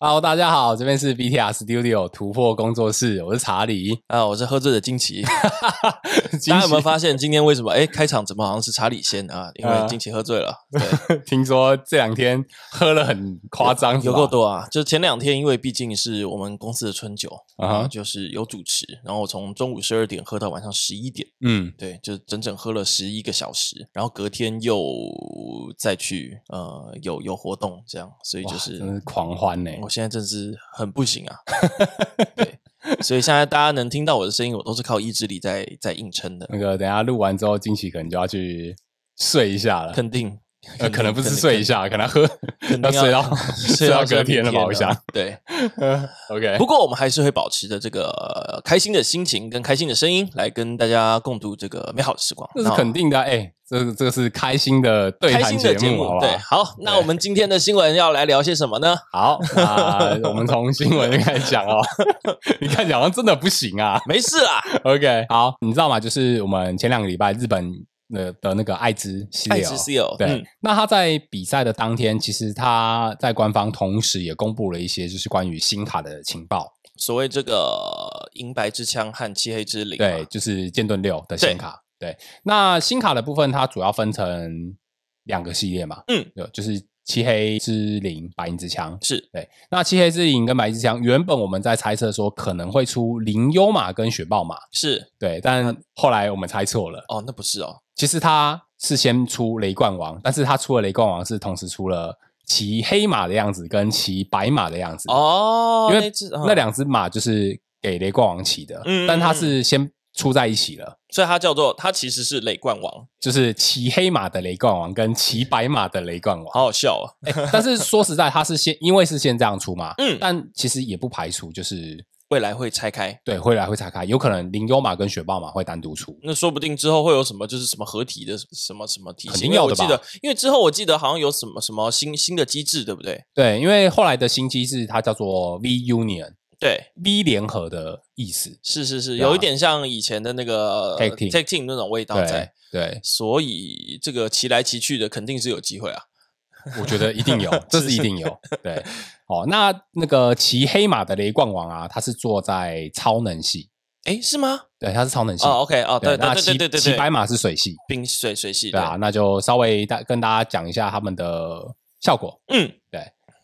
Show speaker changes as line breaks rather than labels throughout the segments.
Hello，大家好，这边是 BTR Studio 突破工作室，我是查理。
啊，我是喝醉的 惊奇。
惊
大家有没有
喜
发现今天为什么？哎，开场怎么好像是查理先啊？因
啊
为惊奇喝 醉了，对，
听说这两天喝了很夸张，
有够
是吧
多啊！就前两天，因为毕竟是我们公司的春酒
啊哈
啊，就是有主持，然后我从中午十二点喝到晚上十一点，
嗯，
对，就是整整喝了十一个小时，然后隔天又再去呃有有活动这样，所以
哇
就是
真是狂欢呢、
我现在真是很不行 啊，对，所以现在大家能听到我的声音，我都是靠意志力在在硬撑的，
那个等一下录完之后，惊喜可能就要去睡一下了。
肯定。
呃，可能不是睡一
下。
下，可能喝
肯
要
定
睡到睡到隔
明
天了吧？我哎想。
对，
OK，
不过我们还是会保持着这个、呃开心的心情跟开心的声音，来跟大家共度这个美好的时光。
这是肯定的啊。哎，这个这个是开心的对
开
谈
心的节
目，好不
对，
好？
好，那我们今天的新闻要来聊些什么呢？
好，那我们从新闻就开始讲哦。 你看，好像真的不行啊。
没事 啦，
OK，好，你知道吗？就是我们前两个礼拜日本的的那个艾滋系
爱
列
之 CEO，
哦对，
嗯
那他在比赛的当天，其实他在官方同时也公布了一些就是关于新卡的情报，
所谓这个银白之枪和漆黑之灵嘛，
对，就是剑盾六的
对
新卡。对，那新卡的部分它主要分成两个系列嘛，
嗯
对，就是漆黑之灵、白银之枪。
是
对，那漆黑之灵跟白银之枪，原本我们在猜测说可能会出灵优马跟雪豹马，
是
对，但后来我们猜错了。
哦，那不是哦，
其实他是先出雷冠王，但是他出了雷冠王是同时出了骑黑马的样子跟骑白马的样子，
哦，
因
那
为
只
那，
嗯
两只马就是给雷冠王骑的，
嗯
但他是先出在一起了。
所以它叫做它其实是雷冠王，
就是骑黑马的雷冠王跟骑白马的雷冠 王，
好好笑哦，
但是说实在，他是先因为是先这样出嘛，
嗯
但其实也不排除就是
未来会拆开。
对会来会岔开，有可能灵优马跟雪豹马会单独出，
那说不定之后会有什么，就是什么合体的什么什么体
肯
型，
定
因为
要
我
的吧
记得，因为之后我记得好像有什么什么新新的机制，对不对？
对，因为后来的新机制它叫做 V Union。
对，
V 联合的意思，
是是是，
对啊
有一点像以前的那个
Tag team
tag team 那种味道
对
在，
对，
所以这个骑来骑去的肯定是有机会啊。
我觉得一定有，这是一定有。对，哦，那那个骑黑马的雷冠王啊，他是坐在超能系，
诶，是吗？
对，他是超能系。
哦，OK，哦，对对
那
对
骑
对对对
骑白
对，
马是水系，
冰水水系
对啊，，那就稍微大跟大家讲一下他们的效果。
对嗯，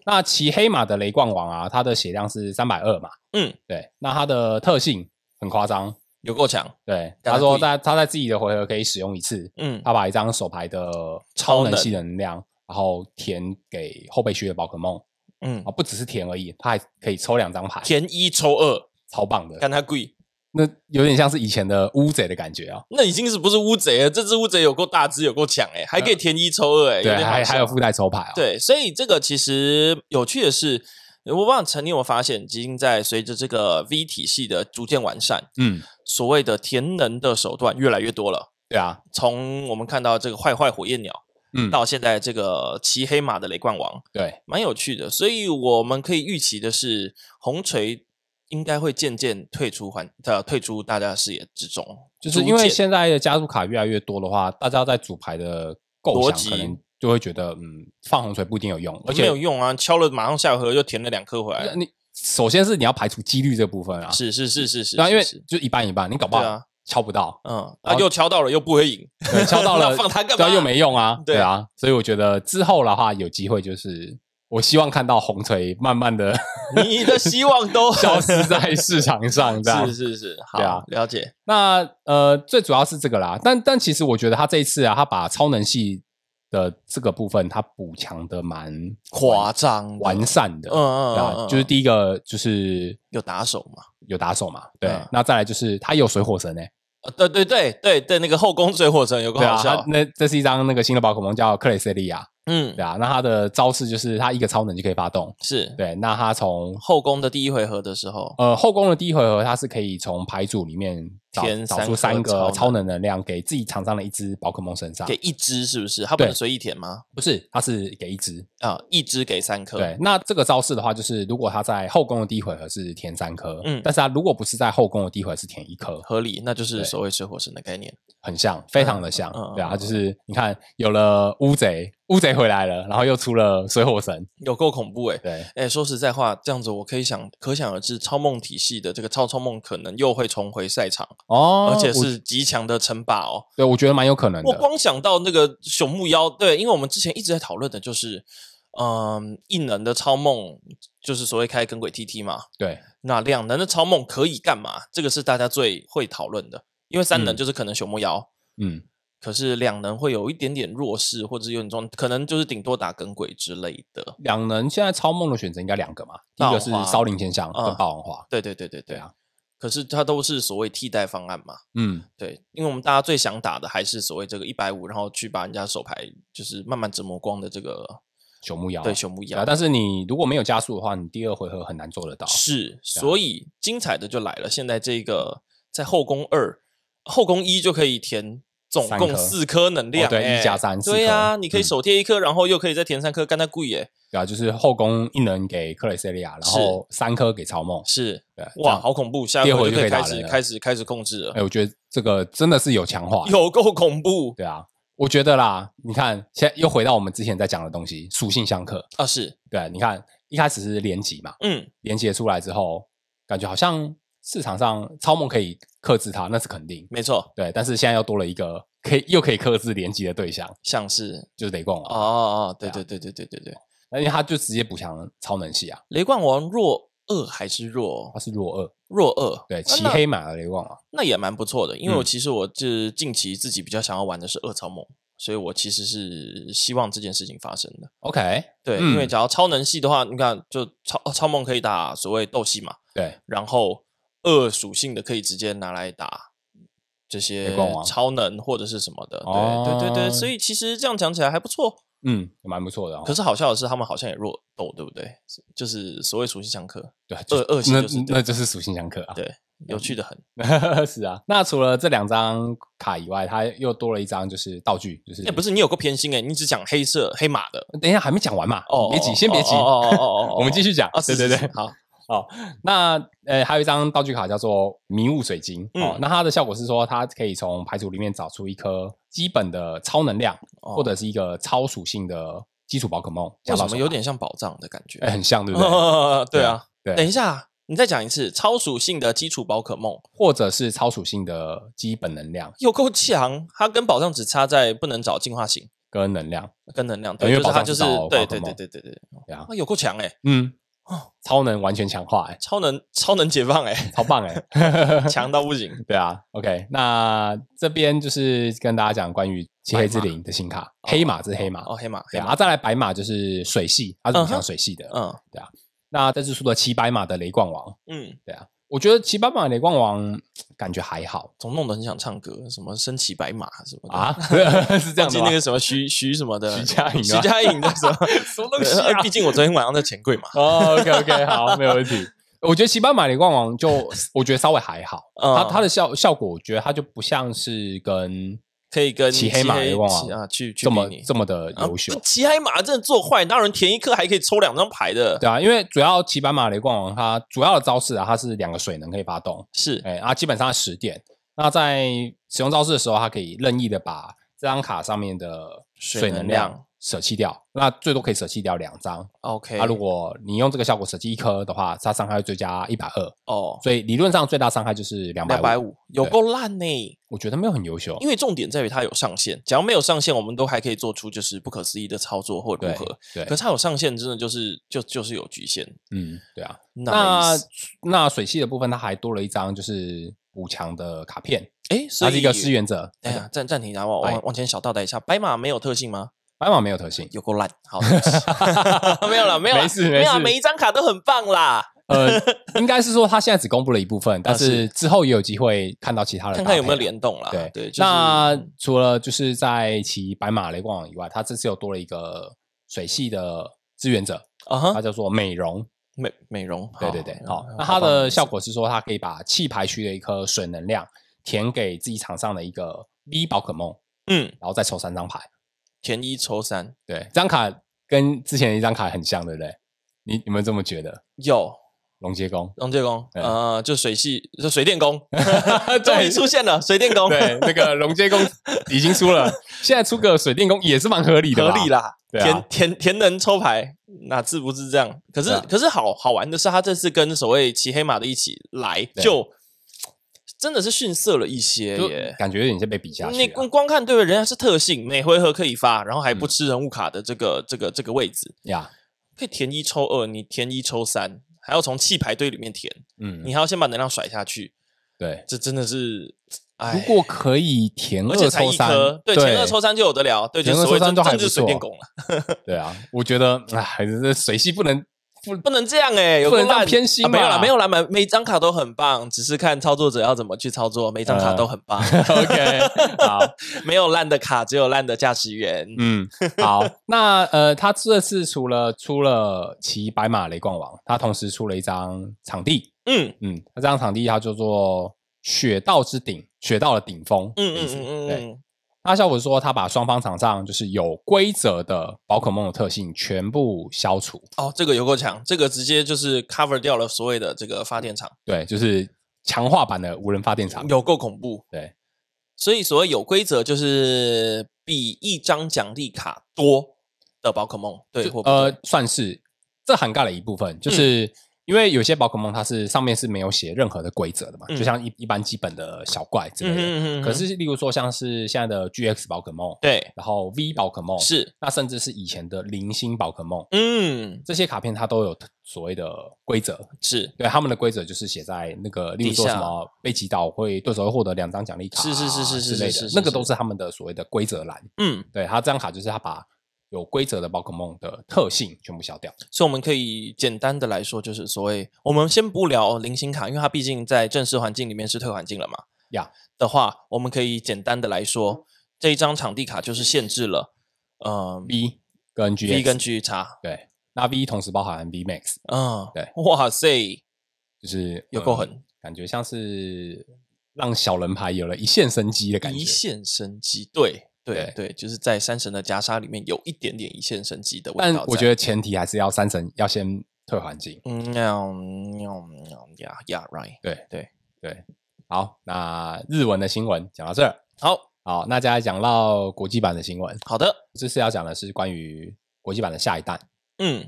那骑黑马的雷冠王啊，它的血量是三百二嘛，
嗯，
对，那它的特性很夸张，
有够强，
对，
让他
他说
故意
在他在自己的回合可以使用一次，
嗯，
他把一张手牌的超能系的能量，然后填给后备区的宝可梦
嗯
啊，，不只是填而已，他还可以抽两张牌，
填一抽二，
超棒的。
干他贵，
那有点像是以前的乌贼的感觉啊，
那已经是不是乌贼了？这只乌贼有够大只，有够强诶，还可以填一抽二欸诶，有
呃对，
点
还
好
还
笑
有附带抽牌啊，，
对，所以这个其实有趣的是，我不知道陈，你有没有发现，已经在随着这个 V 体系的逐渐完善，
嗯，
所谓的填能的手段越来越多了。
对啊，
从我们看到这个坏坏火焰鸟，
嗯，
到现在这个骑黑马的雷冠王，
对，
蛮有趣的。所以我们可以预期的是，红锤应该会渐渐退出环呃退出大家的视野之中，
就是
逐
因为
渐
现在的加入卡越来越多的话，大家在组牌的构
逻
想
辑
可能就会觉得，嗯，放红锤不一定有用，而
没
且
有用啊，敲了马上下回合又填了两颗回来。
你首先是你要排除几率这部分啊，
是是是是是，
对啊，因为
是是
就一半一半，你搞不
对
好
啊
敲不 到，
嗯，
然
啊
后
又敲到了又不会赢，
对敲到了
那放他干
对
嘛？
啊，又没用啊，
对
对啊，所以我觉得之后的话有机会就是，我希望看到红锤慢慢的
你的希望都
消失在市场上，这样
是是是，好，
对啊
了解，
那呃，最主要是这个啦，但但其实我觉得他这一次啊，他把超能系的这个部分他补强的蛮
夸张的，
完善的，
嗯嗯
对
嗯
啊，
嗯，
就是第一个就是
有打手嘛？
有打手嘛，对
嗯，
那再来就是他有水火神诶，
呃对对对对对，那个后宫水火神有个
对啊
好，笑
他，那这是一张那个新的宝可梦叫克雷塞利亚，
嗯
对，啊，那他的招式就是他一个超能就可以发动，
是
对，那他从
后宫的第一回合的时候，
呃，后宫的第一回合，它是可以从牌组里面找
填
找
三
出
颗
三个超
超
能能量给自己场上的一只宝可梦身上
给。一只是不是？他不能
对
随意填吗？
不是，它是给一只。
啊，一只给三颗，
对，，那这个招式的话，就是如果它在后宫的第一回合是填三颗，
嗯
但是它如果不是在后宫的第一回合是填一颗，
合理，那就是
对
所谓水火神的概念，
很像，非常的像，
嗯嗯
对啊，
嗯
就是你看有了乌贼，乌贼回来了，然后又出了水火神，
有够恐怖哎、
对，
哎，说实在话，这样子我可以想，可想而知，超梦体系的这个超超梦可能又会重回赛场，
哦
而且
我
是极强的称霸哦。
对，我觉得蛮有可能
我
的，
光想到那个朽木妖，对，因为我们之前一直在讨论的就是，嗯，一能的超梦就是所谓开跟轨 TT 嘛，
对，
那两能的超梦可以干嘛？这个是大家最会讨论的，因为三能
嗯
就是可能朽木妖，
嗯，
可是两能会有一点点弱势，或者有点重，可能就是顶多打耿鬼之类的。
两人现在超梦的选择应该两个嘛，第一个是
霸王花
烧林千香
嗯
跟霸王花，
对对对对
对
对
啊！
可是它都是所谓替代方案嘛，
嗯，
对，因为我们大家最想打的还是所谓这个一百五，然后去把人家手牌就是慢慢折磨光的这个
朽木妖，
对朽木
对啊
妖。
但是你如果没有加速的话，你第二回合很难做得到，
是，
啊
所以精彩的就来了。现在这个在后宫二、后宫一就可以填总
三
共
颗
四颗能量
哦，对
欸
一加三四
对啊，
颗
你可以
嗯
手贴一颗，然后又可以再填三颗，干他贵耶！
对啊，就是后宫一人给克雷塞利亚，然后三颗给超梦，
是
对，
哇，
这样，
好恐怖！下
第
一
二
回
回就
就可
可
以
以打
开始
人了
开始开始控制了
哎，，我觉得这个真的是有强化，
有够恐怖
对啊，我觉得啦，你看现在又回到我们之前在讲的东西，属性相克，
啊！是，
对，你看一开始是连级嘛，
嗯，
连接出来之后，感觉好像市场上超梦可以克制它，那是肯定。
没错，
对，但是现在又多了一个可以又可以克制连击的对象，
像是
就是雷冠
哦
王，
哦，哦对
对啊
对对对对对对，
那因为他就直接补强超能系啊，
雷冠王弱二还是弱
他是弱二，
弱二？
啊对，
啊
骑
那
黑马的雷啊冠王，
那也蛮不错的，因为我
嗯
其实我这近期自己比较想要玩的是恶超梦，所以我其实是希望这件事情发生的。
OK，
对，
嗯
因为只要超能系的话，你看就超超梦可以打所谓斗系嘛，
对，
然后恶属性的可以直接拿来打这些
雷光王
超能或者是什么的。
哦
对对对对，所以其实这样讲起来还不错。
嗯，蛮不错的、哦。
可是好笑的是，他们好像也弱斗，对不对？就是所谓属性相克，
对，就
恶恶系就是
那那就是属性相克啊。
对，有趣的很。
是啊，那除了这两张卡以外，它又多了一张就是道具，就是
哎、不
是？
是你有个偏心哎、你只讲黑色黑马的
等一下还没讲完嘛，
哦，
别急，先别急，
哦哦哦哦哦，
我们继续讲。
啊，
对
是
对对
是，是好，
那呃，还有一张道具卡叫做迷雾水晶、哦
嗯，
那它的效果是说，它可以从牌组里面找出一颗基本的超能量，
哦
或者是一个超属性的基础宝可梦，加
为
到
什
手
么
卡
有点像宝藏的感觉？
哎、很像，对不对？
对啊，
对
等一下，你再讲一次，超属性的基础宝可梦
或者是超属性的基本能量
有够强，它跟宝藏只差在不能找进化型
跟能量，
跟能量，
对因
对，就
为
是它
宝藏
就是
是找
对
宝可
对对
梦
对对对，
对啊
啊，有够强哎，
嗯
哦，
超能完全强化、哎，
超能超能解放 哎，
超棒哎、欸
强到不行，
对啊，OK，那这边就是跟大家讲关于漆黑之灵的新卡，
白马
黑马是黑马，
哦，黑马黑
对
马
啊，，再来白马就是水系，它是
嗯
补
哼
强水系的。
嗯
那这次出的骑白马的雷冠王，
嗯，
对啊，我觉得骑白马雷冠王感觉还好
总弄得很想唱歌，什么身骑白马什么的
啊，， 是这样
忘记
的
那
吗
个什么徐徐什么的
徐佳莹啊
徐佳莹的什么
什么 东西 啊
对毕竟我昨天晚上在钱柜 嘛，
哦，OK OK，好，没有问题。我觉得骑白马雷冠王就， 我觉得稍微还好，
嗯
它它的效效果，我觉得它就不像是跟
可以跟
骑黑马雷冠
骑
王
啊去去
这么
比拟
这么的
啊
优秀
不。骑黑马真的做坏，哪有人填一颗还可以抽两张牌的？
对啊，因为主要骑白马雷冠王它主要的招式啊，它是两个水能可以发动，
是，
哎、啊，基本上十点。那在使用招式的时候，它可以任意的把这张卡上面的
水
水
能
能
量
量舍弃掉，那最多可以舍弃掉两张。啊
OK，
那如果你用这个效果舍弃一颗的话，它伤害会追加一百二，
哦，
所以理论上最大伤害就是两百
两百
五。
五有够烂呢，
我觉得没有很优秀，
因为重点在于它有上限。假如没有上限，我们都还可以做出就是不可思议的操作或如
对
何。
对
可，是它有上限，真的就是就就是有局限。
嗯，对啊。那
Nice
那水系的部分，它还多了一张就是补强的卡片，
哎，所
它
以
是一个哎支援者。
哎呀，暂暂停一下，我
白
往往前小倒带一下。白马没有特性吗？
白马没有特性，
有够烂，好，对不起 没有了，没有啦，
没事
没
没
有啦，
事
每一张卡都很棒啦。
呃，应该是说他现在只公布了一部分，但
啊是
是之后也有机会看到其他的，
看看有没有。联动啦。
对
对，就是啊
那除了就是在骑白马雷光网以外，他这次又多了一个水系的支援者，
啊哦
它
哈，
叫做美容。
美美容，
对对对，好，那
它
它的效果是说，它可以把气排区的一颗水能量填给自己场上的一个 V 宝可梦，
嗯，
然后再抽三张牌。
前一抽三
对，这张卡跟之前的一张卡很像，对不对？你你们这么觉得？
有，，
龙接工
龙介工，
对
呃，就水系，就水电 工，终于
对
出现了水电工，
对，那个龙接工已经出了，现在出个水电工也是蛮合理的
合
吧，
理啦。
对啊
田田田能抽牌，哪次不是这样？可是、
对啊
可是好好玩的是，他这次跟所谓骑黑马的一起来，
对
就真的是逊色了一些
就
耶。
感觉有点像被比下去
你
啊、嗯
光光看对人家是特性，每回合可以发，然后还不吃人物卡的这个、这个这个位置，
呀，
可以填一抽二，你填一抽三，还要从弃牌堆里面填，
嗯，
你还要先把能量甩下去，
对。
这真的是，
如
哎。
果可以填
而
二
且才
抽
一
三
颗，，对前二抽三就有得聊，对，就
前二
所谓
抽三
政
都还
政
不
治水
错
电工了，
对啊，我觉得哎，还是这水系不 能
不能这样哎、有
不能
够烂
这样偏心
啊没有啦，
嘛
没有啦，每每张卡都很棒，只是看操作者要怎么去操作，每张卡都很 棒，
OK 好，
没有烂的卡，只有烂的驾驶员。
嗯，好，那呃，他这次除了出了骑白马雷冠王，他同时出了一张场地，
嗯
嗯，那这张场地它叫做雪道之顶，雪道的顶峰，
嗯
嗯
嗯
嗯
嗯嗯
对。
嗯，
那效果说，他把双方场上就是有规则的宝可梦的特性全部消除，
哦，这个有够强，这个直接就是 cover 掉了所谓的这个发电厂，
对，就是强化版的无人发电厂，
有够恐怖。
对，
所以所谓有规则，就是比一张奖励卡多的宝可梦，对，
就
或不对嗯
呃，算是这涵盖了一部分，就是。因为有些宝可梦它是上面是没有写任何的规则的嘛，
嗯
就像一一般基本的小怪之类
嗯
的，
嗯嗯，
可是，例如说像是现在的 GX 宝可梦，
对
然后 V 宝可梦，
是，
那甚至是以前的零星宝可梦，
嗯
这些卡片它都有所谓的规则。
是
对，他们的规则就是写在那个，例如说
底下
什么被击倒会对手会获得两张奖励卡啊、
是是是是是
之类
是是
的
是，
那个都是他们的所谓的规则栏。
嗯，
对，它这张卡就是它把有规则的宝可梦的特性全部消掉。
所以我们可以简单的来说，就是所谓我们先不聊零星卡，因为它毕竟在正式环境里面是退环境了嘛。
呀
的话，我们可以简单的来说，这一张场地卡就是限制了，嗯、
V 跟
v
GX，
跟 G 差，
对，那 V 同时包含 V Max，
嗯，
对，
哇塞，
就是
有够
呃
狠，
感觉像是让小人牌有了一线生机的感觉。
一线生机，对对
对
对，就是在山神的袈裟里面有一点点一线生机的味道
但
在。
我觉得前提还是要三神要先退环境。
嗯，嗯嗯嗯呀呀，right，
对
对
对，好，那日文的新闻讲到这儿，
好
好，那接下来讲到国际版的新闻。
好的，
这次要讲的是关于国际版的下一代，
嗯，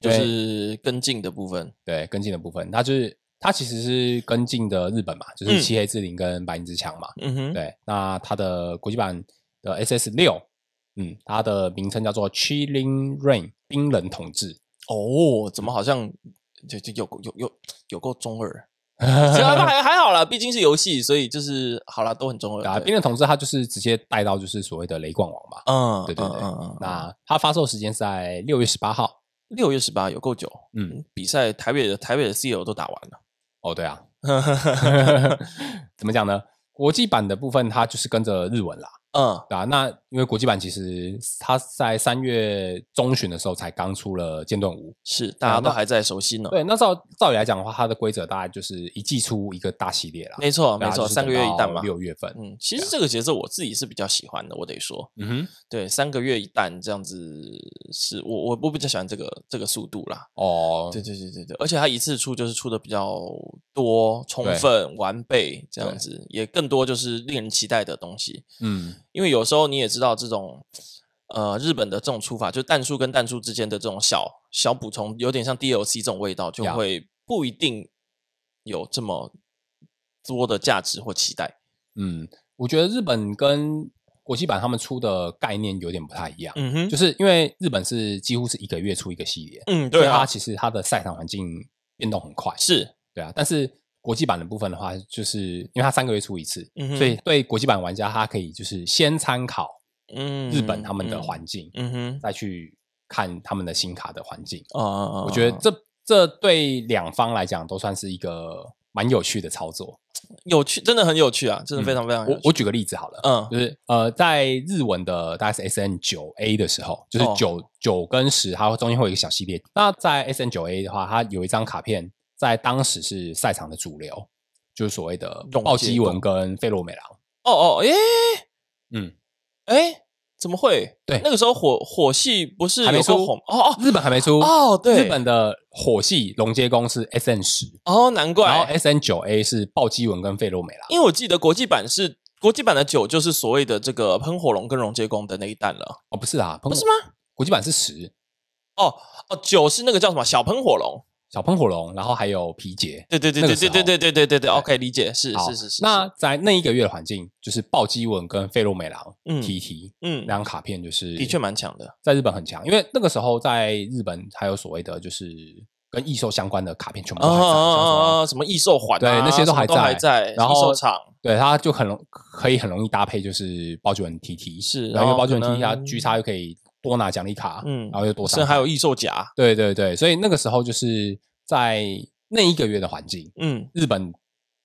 就
对
是跟进的部分，
对跟进的部分，它就是它其实是跟进的日本嘛，就是
嗯
漆黑之灵跟白银之墙嘛。
嗯哼，
对，那它的国际版的 SS 六，嗯，它的名称叫做 Chilling Rain 冰冷统 治。
哦，怎么好像就就有有有有够中 二？其实
啊
还还好啦，毕竟是游戏，所以就是好啦，都很中
对啊，
二。对
冰冷统治它就是直接带到就是所谓的雷冠王嘛。
嗯，
对对
嗯
对
嗯嗯，那
那它发售时间是在六月十八号。
六月十八有够久，
嗯，
比赛台北的台北的 CL 都打完了。
哦，对 啊， 怎么讲呢？国际版的部分它就是跟着日文啦，
嗯，
对啊。那因为国际版其实它在三月中旬的时候才刚出了剑盾五，
是，大家都还在熟悉呢。
对。那照照理来讲的话，它的规则大概就是一季出一个大系列啦，
没错，
对啊
没错，
就是
三个月一
等
弹
到
嘛。
六月啊份，
嗯，其实这个节奏我自己是比较喜欢的，我得说，
嗯哼，
对，三个月一弹这样子是我我我比较喜欢这个这个速度啦。
哦，
对对对对对，而且它一次出就是出的比较多、充
对
分、完备这样
对
子，也更多就是令人期待的东西。
嗯，
因为有时候你也知道这种。呃，日本的这种出法，就弹数跟弹数之间的这种小小补充，有点像 DLC 这种味道，就
呀
会不一定有这么多的价值或期待。
嗯，我觉得日本跟国际版他们出的概念有点不太一样，
嗯哼，
就是因为日本是几乎是一个月出一个系列，
嗯，
所
对
以它
啊，
其实它的赛场环境变动很快，
是，
对啊。但是国际版的部分的话，就是因为它三个月出一次，
嗯哼
所以对国际版玩家，他可以就是先参考
嗯，
日本他们的
嗯，
环境，
嗯哼，
再去看他们的新卡的环境。
啊啊啊，
我觉
啊
得这这对两方来讲都算是一个蛮有趣的操作。
有趣，真的很有趣啊，真的
嗯
非常非常有
我
趣。
我举个例子好了，
嗯
就是呃，在日文的大概是 S N 九 A 的时候，就是
哦
九九跟十，它会中间会有一个小系列。那在 S N 九 A 的话，它有一张卡片在当时是赛场的主流，就是所谓的
用
暴
界
击文跟费洛美郎。
哦哦，诶
嗯，
诶，怎么会？
对
那个时候火火系不是
还没
有
出
够红哦哦
日本还没出
哦，对，
日本的火系龙接工是 S N 十，
哦，难
然后
怪，
S N 九 A 是暴击纹跟费洛美拉。
因为我记得国际版是国际版的酒，就是所谓的这个喷火龙跟溶解工的那一弹了，
哦，不是啦，不
不是吗？
国际版是十
哦哦，酒是那个叫什么小喷火龙？
小喷火龙，然后还有皮杰。
对对对
那
对
个时
对
候
对对对对对对，OK，理解，是
好
是是是。
那在那一个月的环境，就是暴击纹跟费洛美郎、
嗯
TT
嗯，
两张卡片，就是
的确蛮强的，
在日本很强，因为那个时候在日本还有所谓的就是跟异兽相关的卡片全部
啊
都还在，像什么
啊啊！什么异兽环啊，
对那些
什
都
么
还
都还
在
在，
然后
异兽场
对，它就很容可以很容易搭配就是暴击纹 TT，
是
然后因为暴击纹 TT
然后
它
可能
G 叉又可以多拿奖励卡，
嗯
嗯，然后又多
甚至
上
还有异兽甲，
对对对，所以那个时候就是在那一个月的环境，
嗯，
日本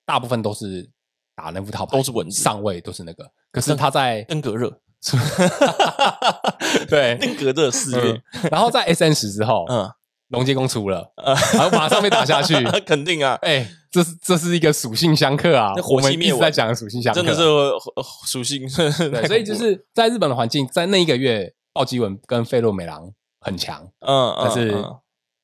大部分都是打那副套牌，
都是文字
上位都是那 个。可是他在
登革热，
对，
登革热四月，
嗯然后在 S N 十之后，
嗯，
龙接工出了，
呃
然后马上被打下 去。
肯定啊，
哎，这是这是一个属性相克啊
那！火
我们
气
一
灭
直
亡
在讲属性相克，
真的是呃属性，
对，所以就是在日本的环境，在那一个月，暴击文跟费洛美郎很强，
嗯，
但
嗯
是哦
嗯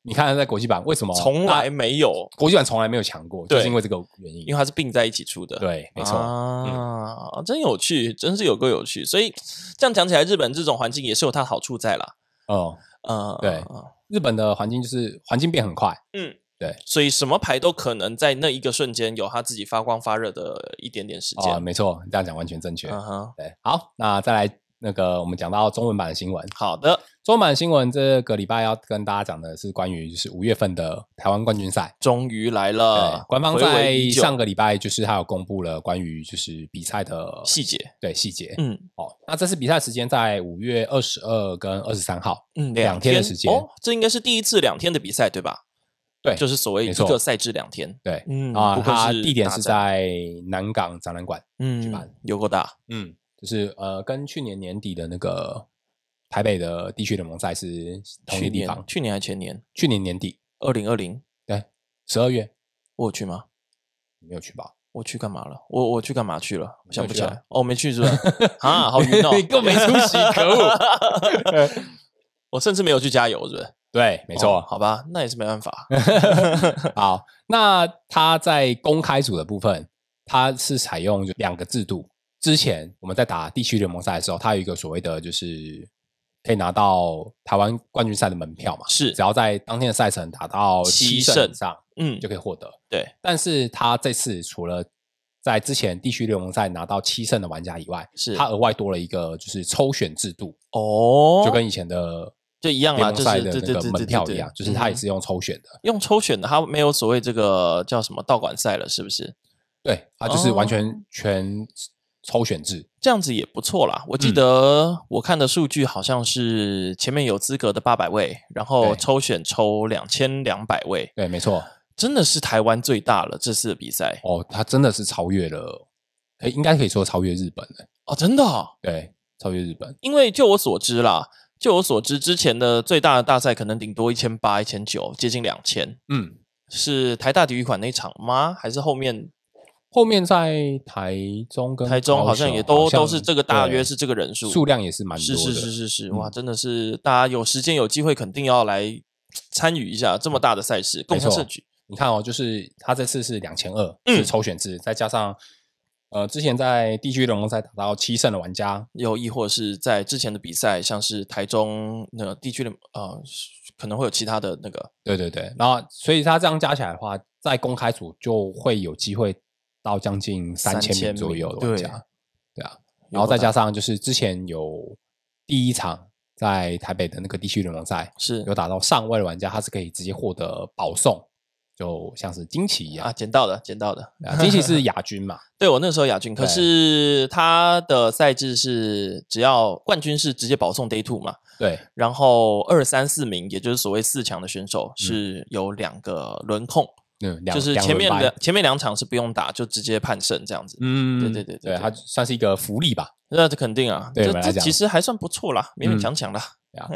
你看在国际版为什么
从
大
来没有，
国际版从来没有强过，
对
就是因为这个原因
因。为它是并在一起出的，
对，没错。嗯
啊，真有趣，真是有够有趣。所以这样讲起来，日本这种环境也是有它的好处在啦。
哦，
嗯，
对
嗯
日本的环境就是环境变很快，
嗯，
对
所以什么牌都可能在那一个瞬间有它自己发光发热的一点点时
啊、
间。
没错，你这样讲完全正确。
嗯哼，
对，好，那再来那个我们讲到中文版的新闻，
好的，
中文版的新闻这个礼拜要跟大家讲的是关于就是五月份的台湾冠军赛。
终于来
呃
了，，
官方
回味
在
已久
上个礼拜就是它有公布了关于就是比赛的
细节，
对细节、
嗯
哦。那这次比赛时间在五月二十二跟二十三号，
嗯，
两天的时间
哦，这应该是第一次两天的比赛对吧？
对
就是所谓一
没错
个赛制两天。
对
嗯
啊，
不愧
它
是
地点
大
是
战
在南港展览馆，举
嗯
办，
有够大，
嗯，就是呃，跟去年年底的那个台北的地区联盟赛是同一
去
个地
年
方。
去年还前年，
去年年底，
二零二零
十二月
我有去吗？
你没有去吧？
我去干嘛了？我我去干嘛去了？我想不起
没有！
来。哦，我没去是吧？啊，好晕 哦
你更没出息可恶！
我甚至没有去加油，是不是？
对，没
哦
错。啊
好吧，那也是没 办法。
好，那他在公开组的部分，他是采用就两个制度。之前我们在打地区联盟赛的时候，它有一个所谓的就是可以拿到台湾冠军赛的门票嘛，
是
只要在当天的赛程打到
七
七
胜
胜以上，
嗯
就，可以获得。
对，
但是他这次除了在之前地区联盟赛拿到七胜的玩家以外，
是
他额外多了一个就是抽选制度，
哦，
就跟以前的
就一样
联
啦，
盟
就是
赛
对
的
对
那
对
个
对
门
对
票
对
一样，就是他也
嗯
是用抽选的，
用抽选的，他没有所谓这个叫什么道馆赛了，是不是？
对，他就是完
哦
全全抽选制，
这样子也不错啦。我记
嗯
得我看的数据好像是前面有资格的八百位，然
对
后抽选抽两千两百位，
对，没错，
真的是台湾最大了这次的比赛
哦，他真的是超越了，可以应该可以说超越日本了，
哦，真的、哦。
对，超越日本，
因为就我所知啦，就我所知，之前的最大的大赛可能顶多一千八、一千九，接近两千，
嗯，
是台大体育馆那一场吗？还是后面
后面在台中跟
台中
高
好像
雄
也都
嗯好像
都是这个大约
对
是这个人数，
数量也是蛮多
是
的，
是是是是，哇，
嗯
真的是大家有时间有机会肯定要来参与一下这么大的赛事，
嗯
共
没
同
错
盛举。
你看哦，就是他这次是两千二，
嗯
是抽选制，再加上呃之前在地区联盟赛打到七胜的玩家，
又亦或是在之前的比赛，像是台中那地区的呃，可能会有其他的那个
对对对，然后所以他这样加起来的话，在公开组就会有机会到将近三千
3000
名左右的玩家，对啊，然后
有多
再
大
加上就是之前有第一场在台北的那个地区联盟赛，
是
有打到上位的玩家，他是可以直接获得保送，就像是惊奇一样
啊，，捡到的，捡到的，
对啊惊奇是亚军嘛，
对我那时候亚军，可
对
是他的赛制是只要冠军是直接保送 Day Two 嘛，
对，
然后二三四名，也就是所谓四强的选手是有两个轮控，
嗯，两
就是
两
前
轮
面
掰
的前面两场是不用打，就直接判胜这样子。
嗯，
对对对
对，
对
它算是一个福利吧。
那这肯定啊，
对
这
我们来
这
讲嗯
其实还算不错啦，勉勉强强啦。
对啊，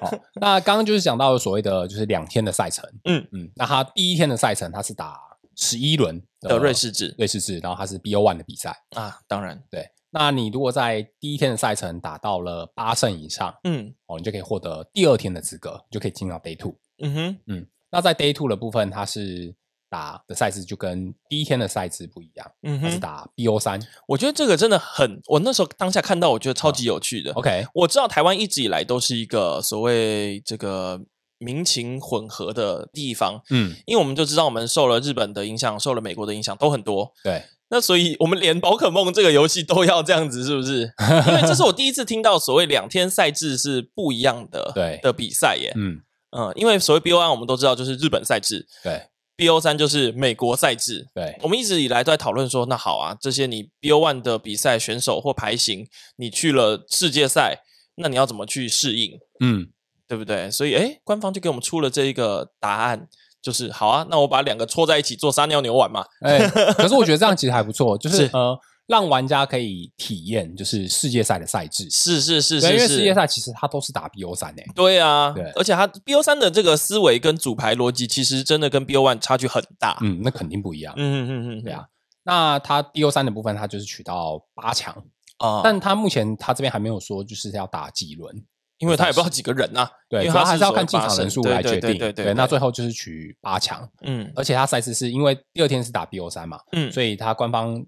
好，那刚刚就是讲到所谓的就是两天的赛程，
嗯
嗯，那他第一天的赛程他是打十一轮
哦的瑞士制
啊瑞士制，然后他是 BO One 的比赛，
啊，当然
对，那你如果在第一天的赛程打到了八胜以上，
嗯
哦，你就可以获得第二天的资格，你就可以进到 Day Two。
嗯哼，
那在 Day Two 的部分，它是打的赛制就跟第一天的赛制不一样，
嗯
它是
哼，
打 BO 三、
我觉得这个真的很，我那时候当下看到，我觉得
嗯
超级有趣的。
OK，
我知道台湾一直以来都是一个所谓这个民情混合的地方，
嗯，
因为我们就知道我们受了日本的影响，受了美国的影响都很多。
对，
那所以我们连宝可梦这个游戏都要这样子，是不是？因为这是我第一次听到所谓两天赛制是不一样的
对
的比赛耶。
嗯，
嗯，因为所谓 BO 1我们都知道就是日本赛制
对，
，BO 三就是美国赛制。
对，
我们一直以来都在讨论说，那好啊，这些你 BO One 的比赛选手或排型，你去了世界赛，那你要怎么去适应，
嗯，
对不对？所以，哎，官方就给我们出了这一个答案，就是好啊，那我把两个搓在一起做撒尿牛丸嘛。
哎、可是我觉得这样其实还不错，就是
是
呃，让玩家可以体验就是世界赛的赛制，
是是是
对，因
是
为世界
是，
赛其实它都是打 BO 三欸诶、
对啊，
对
而且他 BO 三的这个思维跟组牌逻辑，其实真的跟 BO One 差距很大。嗯
嗯，那肯定不一样。
嗯嗯嗯，
对啊那它 BO 三的部分，它就是取到八强，
啊，
但它目前它这边还没有说就是要打几轮，
因为他也不知道几个人呐、啊，
对，
因为
主要
他
还是要
所谓
看进
八
场人
胜
数来
对
决
对
定。
对对
那最后就是取八强，
嗯
而且它赛事是因为第二天是打 BO 三嘛，
嗯，
所以它官方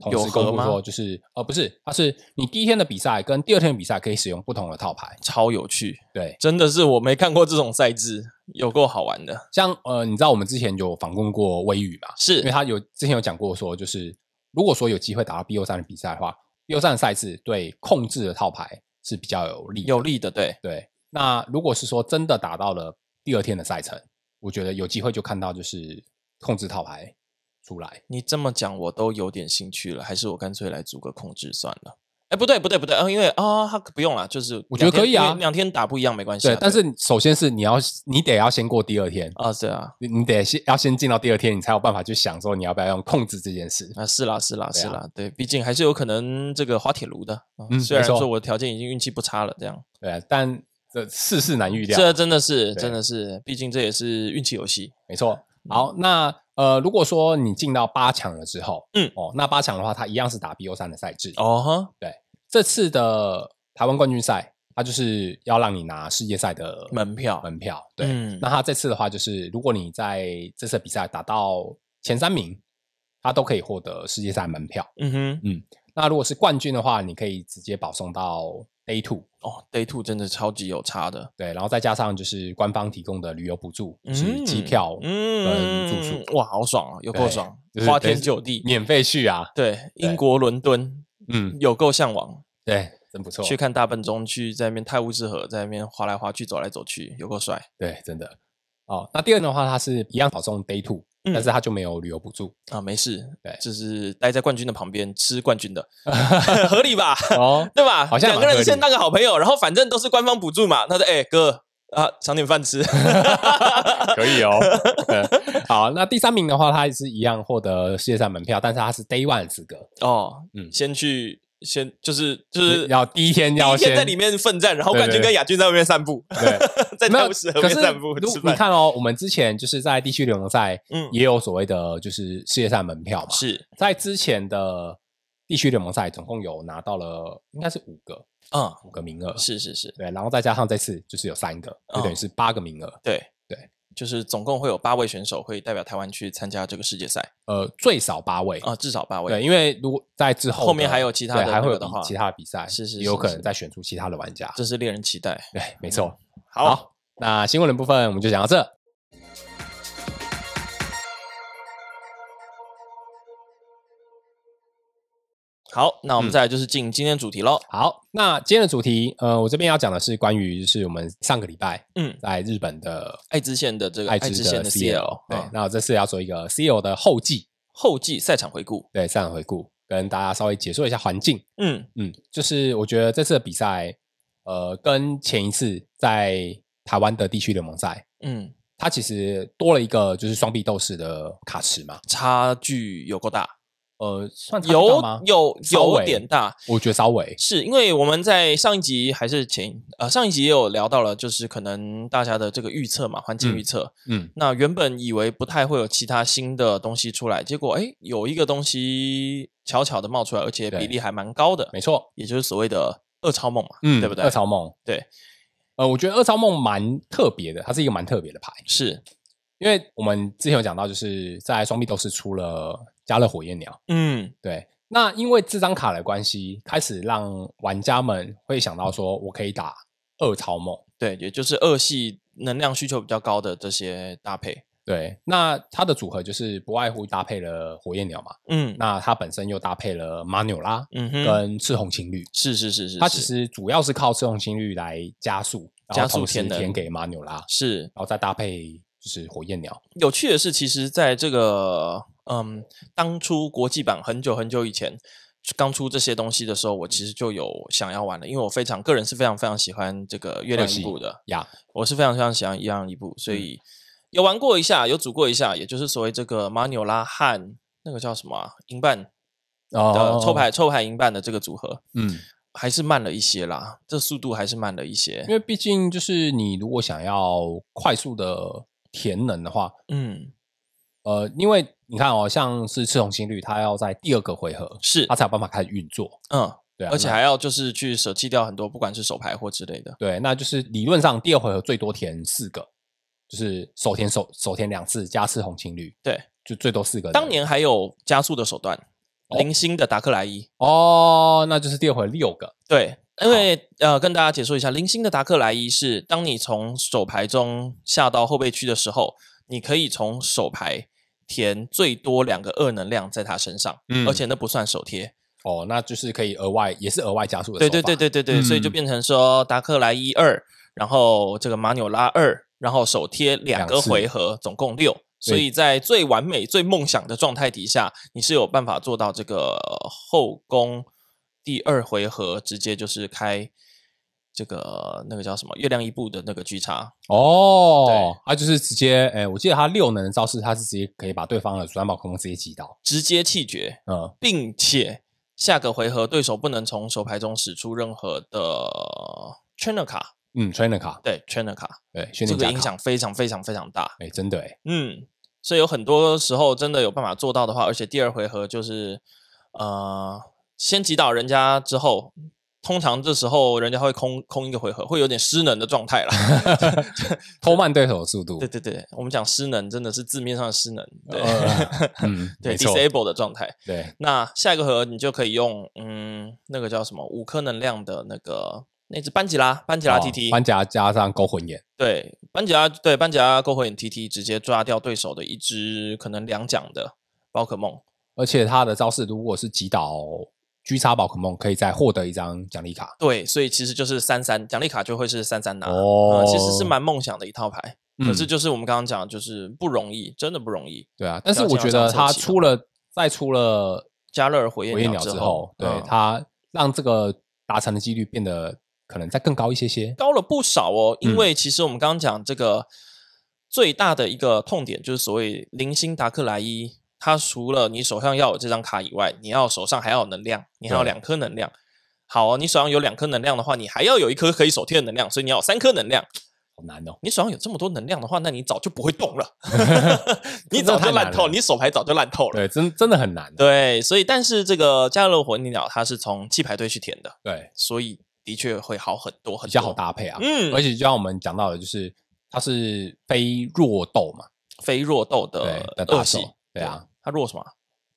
同
有
时公
合
布
吗
说，就是呃不是，它是你第一天的比赛跟第二天的比赛可以使用不同的套牌。
超有趣。
对，
真的是我没看过这种赛制，有够好玩的。
像呃你知道我们之前有访问过微雨嘛，
是
因为他有之前有讲过说，就是如果说有机会打到 BO 三的比赛的话，BO 三的赛制对控制的套牌是比较有利的。
有利的，对，
对，那如果是说真的打到了第二天的赛程，我觉得有机会就看到就是控制套牌出来。
你这么讲我都有点兴趣了，还是我干脆来组个控制算了。哎，不对不对不对，嗯、因为啊，他不用啦，就是
我觉得可以啊
两天因为两天打不一样没关系啊、
对，但是首先是你要你得要先过第二天，
啊，对啊，
你你得先要先进到第二天，你才有办法去想说你要不要用控制这件事。
啊是啦是啦
对啊
是啦，对，毕竟还是有可能这个滑铁卢的。啊
嗯
虽然
没错
说我的条件已经运气不差了，这样，
对，但这世事难预料，
这真的是
对
真的是，毕竟这也是运气游戏。
没错。
嗯
好，那呃，如果说你进到八强了之后，
嗯
哦，那八强的话，它一样是打 BO 三的赛制。
哦哈，
这次的台湾冠军赛，它就是要让你拿世界赛的
门票
门票。对，
嗯
那他这次的话，就是如果你在这次比赛打到前三名，他都可以获得世界赛门票。
嗯哼，
那如果是冠军的话，你可以直接保送到 Day Two，
哦，Day Two 真的超级有差的。
对，然后再加上就是官方提供的旅游补助，就是
嗯
机票、
嗯，
跟住
哇，好爽啊，有够
对
爽
就，是
花
等于
天酒地。
免费去啊，
对，
对
英国伦敦
嗯，
有够向往，
对，真不错，
去看大笨钟，去在那边泰晤士河，在那边滑来滑去，走来走去，有够帅。
对，真的。哦，那第二的话，它是一样保送 Day Two，、
嗯
但是它就没有旅游补 助。
啊，没事，
对
就是待在冠军的旁边吃冠 军的，合理吧？
哦，
对吧？
好像
两个
蛮合理
人先当个好朋友，然后反正都是官方补助嘛。他说：“哎、哥啊，赏点饭 吃。
可以哦。对好，那第三名的话，他也是一样获得世界赛门票，但是他是 Day One 的资格，”
哦，
嗯
先去，先就是就是
要第一天
第
要
一
先
天在里面奋战，然后冠
对对
军
对
跟亚军在外面散步，
对。
在
没
泰
有，
晤士河
可
边
是
散步
如
吃
你
饭。
看哦，我们之前就是在地区联盟赛
嗯，
也有所谓的就是世界赛门票嘛，
是，
在之前的地区联盟赛总共有拿到了应该是五个
嗯，
五个名额，
是是是，
对，然后再加上这次就是有三个，就等于
哦
是八个名额。
对
对，
就是总共会有八位选手会代表台湾去参加这个世界赛
呃，最少八位
啊、至少八位。
对，因为如果在之后
后
的
面还有其他
对
的
还会
那
有
个的
比
话
其他的比赛，
是是
也有
是
可
是
能再选出其他的玩家。
这是令人期待。
对，没错。
好
那新闻的部分我们就讲到这。
好，那我
嗯
们再来就是进今天主题喽。
好，那今天的主题，呃，我这边要讲的是关于就是我们上个礼拜
嗯，
在日本的
爱知县的这个
爱
知
知
县
的
CL，
对
啊，
那我这次要做一个 CL 的后记，
后继赛场回顾。
对赛场回顾，跟大家稍微解说一下环境。
嗯
嗯，就是我觉得这次的比赛，呃，跟前一次在台湾的地区联盟赛，
嗯，
它其实多了一个就是双臂斗士的卡池嘛。
差距有够大。
呃，算差距大
有
吗？
有
稍
有
微
点大，
我觉得稍微
是因为我们在上一集还是前呃上一集也有聊到了，就是可能大家的这个预测嘛，环境预测。
嗯
那原本以为不太会有其他新的东西出来，结果哎有一个东西悄悄的冒出来，而且
对
比例还蛮高的，
没错，
也就是所谓的恶超梦嘛，
嗯，
对不对
二？超梦，
对，
呃，我觉得二超梦蛮特别的，它是一个蛮特别的牌，
是，
因为我们之前有讲到，就是在双臂斗士出了加勒火焰鸟，
嗯，
对，那因为这张卡的关系，开始让玩家们会想到说，我可以打二超梦。
对，也就是二系能量需求比较高的这些搭配，
对，那它的组合就是不外乎搭配了火焰鸟嘛，
嗯
那它本身又搭配了马纽拉
嗯哼，
跟赤红情侣，
是是是是，
它其
是
实主要是靠赤红情侣来加速，然后
加速
同时
填能
填给马纽拉，然
是
后再搭配就是火焰鸟。
有趣的是，其实在这个嗯，当初国际版很久很久以前刚出这些东西的时候，我其实就有想要玩了，因为我非常个人是非常非常喜欢这个月亮一部的，
呀，
我是非常非常喜欢月亮一部，所
嗯
以有玩过一下，有组过一下，也就是所谓这个马纽拉和那个叫什么啊银半
哦
呃，抽，牌抽牌银半的这个组合，
嗯，
还是慢了一些啦，这速度还是慢了一些
因，为毕竟就是你如果想要快速的填能的话，
嗯，
呃，因为你看哦，像是赤红心率，它要在第二个回合，
是
它，才有办法开始运作，
嗯，
对啊，
而且
那
还要就是去舍弃掉很多，不管是手牌或之类的。
对，那就是理论上第二回合最多填四个，就是手填手手填两次加赤红心率，
对，
就最多四个人。
当年还有加速的手段，
哦
零星的达克莱伊。
哦，那就是第二回合六个，
对，因为呃，跟大家解说一下，零星的达克莱伊是当你从手牌中下到后备区的时候，你可以从手牌填最多两个二能量在他身上，
嗯
而且那不算手贴。
哦，那就是可以额外也是额外加速的
对
手法。
对对
对，
对对对，所以就
嗯
变成说达克莱伊二，然后这个马纽拉二，然后手贴两
两
个
次
回合，总共六。所
对
以在最完美、最梦想的状态底下，你是有办法做到这个呃后宫第二回合直接就是开这个那个叫什么月亮一步的那个巨叉，
哦
对，
它就是直接，哎，我记得它六能的招式，它是直接可以把对方的主战宝可梦直接击倒。
直接气绝，
嗯，
并且下个回合对手不能从手牌中使出任何的 trainer 卡，
嗯，trainer 卡，
对 trainer 卡，
对，训
这
练
个
家
影
卡，
响非常非常非常大。
哎，真的哎，
嗯，所以有很多时候真的有办法做到的话，而且第二回合就是呃，先击倒人家之后。通常这时候人家会空空一个回合，会有点失能的状态啦。
偷慢对手的速度
对。对对，我们讲失能真的是字面上的失能，对、
呃嗯，
对
没错，
，disable 的状态。
对，
那下一个回合你就可以用嗯，那个叫什么五颗能量的那个那只班吉拉班吉拉
哦
TT，、
班甲加上勾魂眼，
对，班吉拉对班吉啊拉勾魂眼 TT 直接抓掉对手的一只可能两奖的宝可梦。
而且他的招式如果是击倒狙杀宝可梦，可以再获得一张奖励卡。
对，所以其实就是三三奖励卡就会是三三拿，
哦
嗯其实是蛮梦想的一套牌。
嗯
可是就是我们刚刚讲，的，就是不容易，真的不容易。
对啊，但是
要
我
这样
觉得
上手
他
棋
出了再出了
加勒尔火焰
火焰鸟
之
之后，对
嗯
他让这个达成的几率变得可能再更高一些些。
高了不少哦，因
嗯
为其实我们刚刚讲这个最大的一个痛点就是所谓零星达克莱伊，它除了你手上要有这张卡以外，你要手上还要有能量，你还有
对
两颗能量。好、哦，你手上有两颗能量的话，你还要有一颗可以手贴的能量，所以你要有三颗能量。
好难哦，
你手上有这么多能量的话，那你早就不会动了， 你
这
早
太
就
难
烂透，
了
你手牌早就烂透了。
对，真真的很难。
对，所以但是这个加勒火烈鸟它是从弃牌队去填的，
对，
所以的确会好很多很多，
比较好搭配啊。
嗯，
而且就像我们讲到的，就是它是非弱斗嘛，
非弱豆
对的
的呃恶
打
系
手，，对啊，，
它弱什么啊？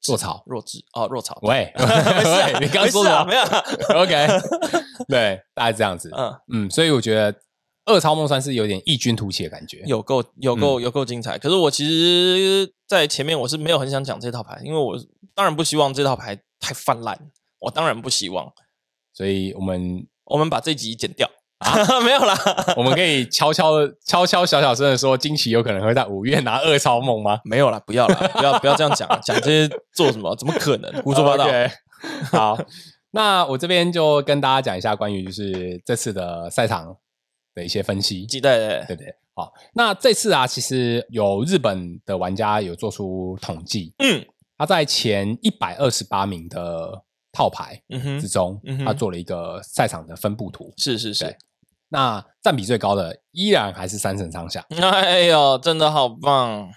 弱草。
弱智哦，弱草。
喂，
没事啊
喂，你刚刚说什么？
没事啊没有啊
OK，对，大概这样子。
嗯，
嗯，所以我觉得二超梦算是有点异军突起的感觉。
有够有
嗯
够有够精彩。可是我其实，在前面我是没有很想讲这套牌，因为我当然不希望这套牌太泛滥，我当然不希望。
所以我们
我们把这集剪掉啊， 没有 啦。
我们可以悄悄的、悄悄小小声的说，惊奇有可能会在五月拿二超梦吗？
没有啦，不要啦，不要不要这样讲，讲这些做什么？怎么可能？胡说八道。
OK，好， 那我这边就跟大家讲一下关于就是这次的赛场的一些分析，
期待
对不对？好，那这次啊，其实有日本的玩家有做出统计，
嗯，
他在前一百二十八名的套牌
嗯
之
哼，
中，
嗯哼
他做了一个赛场的分布图。
是是是
对，那占比最高的依然还是三成上下，
哎呦，真的 好棒，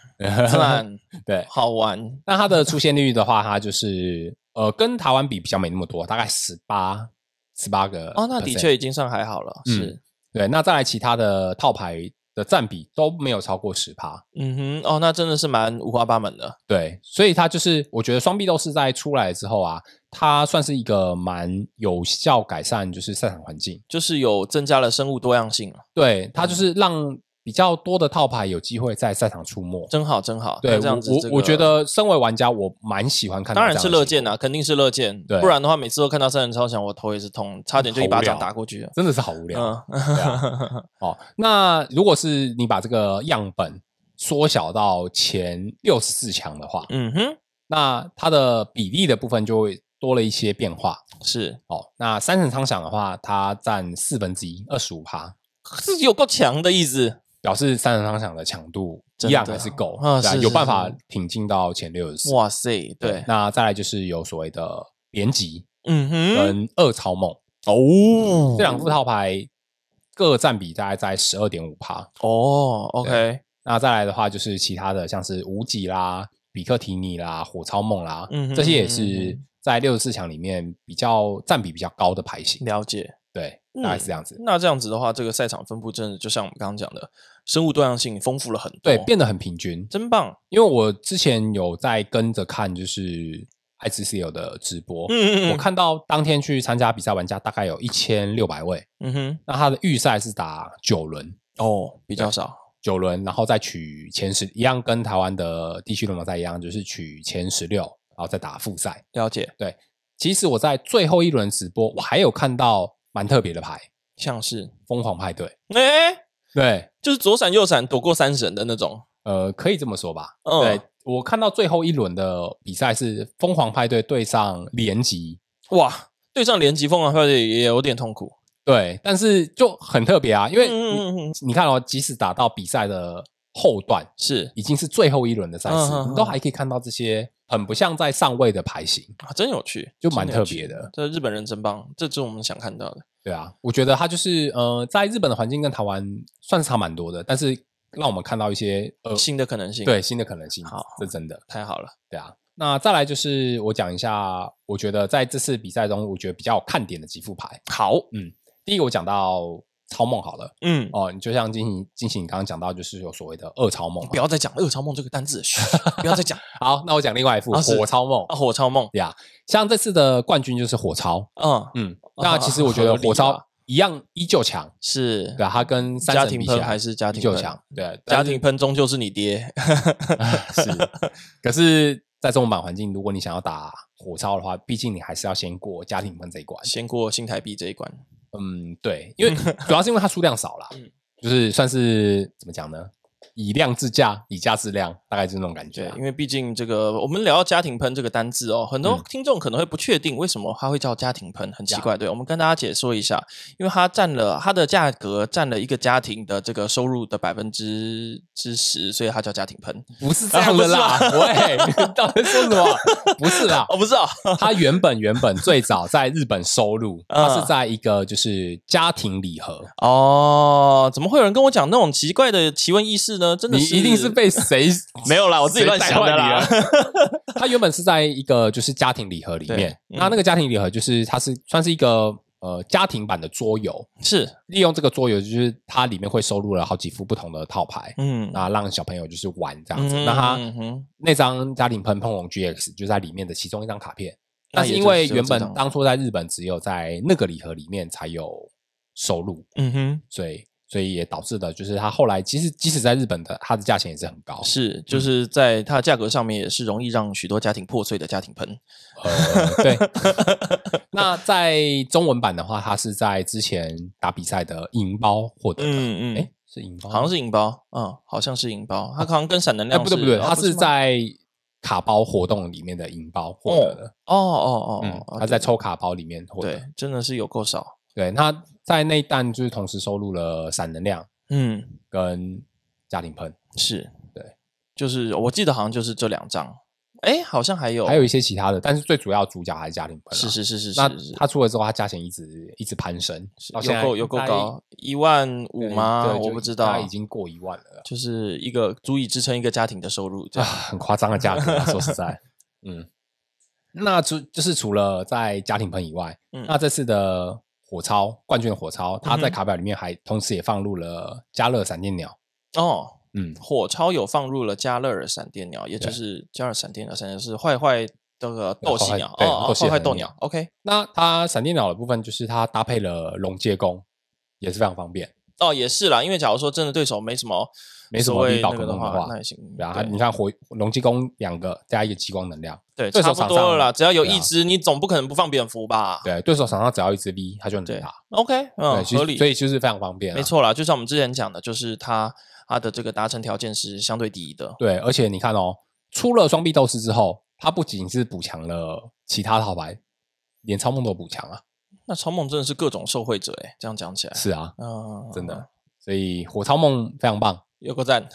赞，
对。
好玩，
那它的出现率的话，它就是呃跟台湾比比较没那么多，大概十八十八个
哦，那的
percent 嗯
确已经算还好了，是，
对。那再来其他的套牌的占比都没有超过十趴，
嗯哼，哦，那真的是蛮五花八门的，
对，所以它就是我觉得双臂斗士在出来之后啊，它算是一个蛮有效改善就是赛场环境，
就是有增加了生物多样性了，
对，它就是让比较多的套牌有机会在赛场出没。
真好真好。
对，
那这样子、
我
这
我
个
我觉得身为玩家，我蛮喜欢看到
当
这样
然
的情
是
况，
乐见啊呐、肯定是乐见。
对
不然的话，每次都看到三人超强，我头也是痛，差点就一巴掌打过去了。
真的是好无聊。
嗯，
对啊哦，那如果是你把这个样本缩小到前六十四强的话，
嗯哼，
那它的比例的部分就会多了一些变化。
是
哦，那三层仓想的话，它占四分之一，二十五趴，
是有够强的意思。
表示三层仓想的强度一
真的
样还是够，
啊
对啊
是
有
是
办法
是
挺进到前六十四。
哇塞，对，
那再来就是有所谓的连级
嗯哼，
跟二超梦、
哦
这两副套牌各占比大概在十二点五趴。
哦，OK，
那再来的话，就是其他的，像是无极啦、比克提尼啦、火超梦啦，
嗯哼
这些也
嗯
是
哼
在六十四强里面比较占比比较高的牌型。
了解。
对，
嗯
大概是这样子。
那这样子的话，这个赛场分布真的就像我们刚刚讲的，生物多样性丰富了很多，
对，变得很平均。
真棒。
因为我之前有在跟着看，就是 ICCL 的直播，
嗯嗯嗯
我看到当天去参加比赛玩家大概有一千六百位，
嗯哼，
那他的预赛是打九轮，
哦，比较少。
九轮，然后再取前十，一样跟台湾的地区联盟赛一样，就是取前十六，然后再打复赛。
了解，
其实我在最后一轮直播，我还有看到蛮特别的牌，
像是，
疯狂派对，
哎、
对，
就是左闪右闪躲过三神的那种。
呃，可以这么说吧。
嗯
对我看到最后一轮的比赛是疯狂派对对上联级。
哇，对上连级凤凰派对也有点痛苦。
对，但是就很特别啊，因为你,、
嗯嗯嗯嗯
你看哦，即使打到比赛的后段，
是
已经是最后一轮的赛事，
嗯嗯嗯
你都还可以看到这些很不像在上位的牌型，
啊，真有趣，
就蛮
真有
特
趣
别。的。
这日本人真棒，这是我们想看到的。
对啊，我觉得它就是呃，在日本的环境跟台湾算是差蛮多的，但是让我们看到一些呃
新的可能性
对新的可能性，
好
这真的
太好了，
对啊。那再来就是我讲一下，我觉得在这次比赛中，我觉得比较有看点的几副牌。嗯
好，
第一个我讲到超梦好了，
嗯，
哦，你就像金行金行你刚刚讲到，就是有所谓的二超梦嘛
哦不。要再讲恶潮梦这个单字，嘘不要 再讲
好，那我讲另外一副
啊是
火超梦
啊，，火超梦，
像这次的冠军就是火超，
嗯，
嗯，
啊
那其实我觉得
合理
火
啦
超一样依旧强，
是
对啊，他跟三
啊家
神
庭
比起
喷
来
还是家
依
庭
旧
喷
强，对啊，
家
但是
庭喷终究是你爹，
是，可是，在中文版环境，如果你想要打火超的话，毕竟你还是要先过家庭分这一关。
先过新台币这一关。
嗯，对， 因为主要是因为它数量少啦，
嗯
就是算是怎么讲呢？以量制价，以价制量，大概就是那种感觉
对
啊、，
因为毕竟这个我们聊到家庭喷这个单字哦，很多
嗯
听众可能会不确定为什么它会叫家庭喷，很奇
呀
怪。对，我们跟大家解说一下，因为它占了它的价格占了一个家庭的这个收入的百分之之十，所以它叫家庭喷。
不 是这样的啦，
啊不是
喂，你到底说什么？啊不是啦，
哦，不是哦，
它原本原本最早在日本收录，
嗯
它是在一个就是家庭礼盒，
哦，怎么会有人跟我讲那种奇怪的奇闻异事呢？真
你
的是
一定是被谁
没有啦，我自己乱
谁带
想的啦
坏。 它原本是在一个就是家庭礼盒里面，
对嗯
那那个家庭礼盒就是它是算是一个呃家庭版的桌游，
是，
利用这个桌游就是它里面会收录了好几副不同的套牌，
嗯，
那让小朋友啊就是玩这样子。
嗯
那
嗯
它
哼
那张家庭喷碰龙 GX 就在里面的其中一张卡片，
那
但
也
是
就
因为
只有
原
这
本
张
当初在日本只有在那个礼盒里面才有收录，
嗯哼，
所以所以也导致的就是它后来其实即使在日本的它的价钱也是很高，
是，
嗯
就是在它的价格上面也是容易让许多家庭破碎的家庭喷。
呃，对。 那在中文版的话，它是在之前打比赛的银包获得的。哎、
嗯嗯，
是银包吗，
好像是银包，嗯，好像是银包，它好像跟闪能
哦哎、
量
不
是、
对不对，
哦
它是
吗
在卡包活动里面的银包获得的。
哦哦
嗯
哦，哦，
它在抽卡包里面获得。
对，真的是有够少，
对，它在那一弹就是同时收录了闪能量
嗯，
跟家庭喷。
是
对，
就是我记得好像就是这两张，哎，好像还有，
还有一些其他的，但是最主要主角还是家庭喷、啊。
是是是是
那
是是，
他出了之后，他价钱一直一直攀升，到现在
有够有够
大概
高，一万
对
五吗？
对
我
就
不知
大概
道
已，经过一万了
就是一个足以支撑一个家庭的收入。这
啊，
样
很夸张的价格啊，说实在，嗯。那除就是除了在家庭喷以外，
嗯
那这次的火超冠军的火超，它在
嗯哼
卡表里面还同时也放入了加勒闪电鸟，
哦，
嗯，
火超有放入了加勒尔闪电鸟，也就是加勒尔闪电鸟，闪电是坏坏这个斗
坏
气
坏
鸟，
对
哦，
斗
哦
气
坏坏
的
斗
那
鸟
种。
OK，
那它闪电鸟的部分就是它搭配了龙介弓，也是非常方便。
哦，也是啦，因为假如说真的对手没什么
没什么
所谓
力道
那个
可
的
攻的
话
话，
那也行。
对啊，你看火龙介弓两个加一个激光能量，
对
对
对，
手
差不
场
多了啦，
上
只要有
对啊
一只，你总不可能不放蝙蝠吧？
对，对手手上只要一只 V，它就能
啊对
打，
，OK，嗯，
啊其实
合理
所。以就是非常方便、啊，
没。错啦，就像我们之前讲的，就是它它的这个达成条件是相对低的。
对，而且你看哦，出了双臂斗士之后，它不仅是补强了其他套牌，连超梦都补强啊。
那超梦真的是各种受惠者哎，这样讲起 来，
是啊，
嗯，
真的。所以火超梦非常 棒。
有个赞。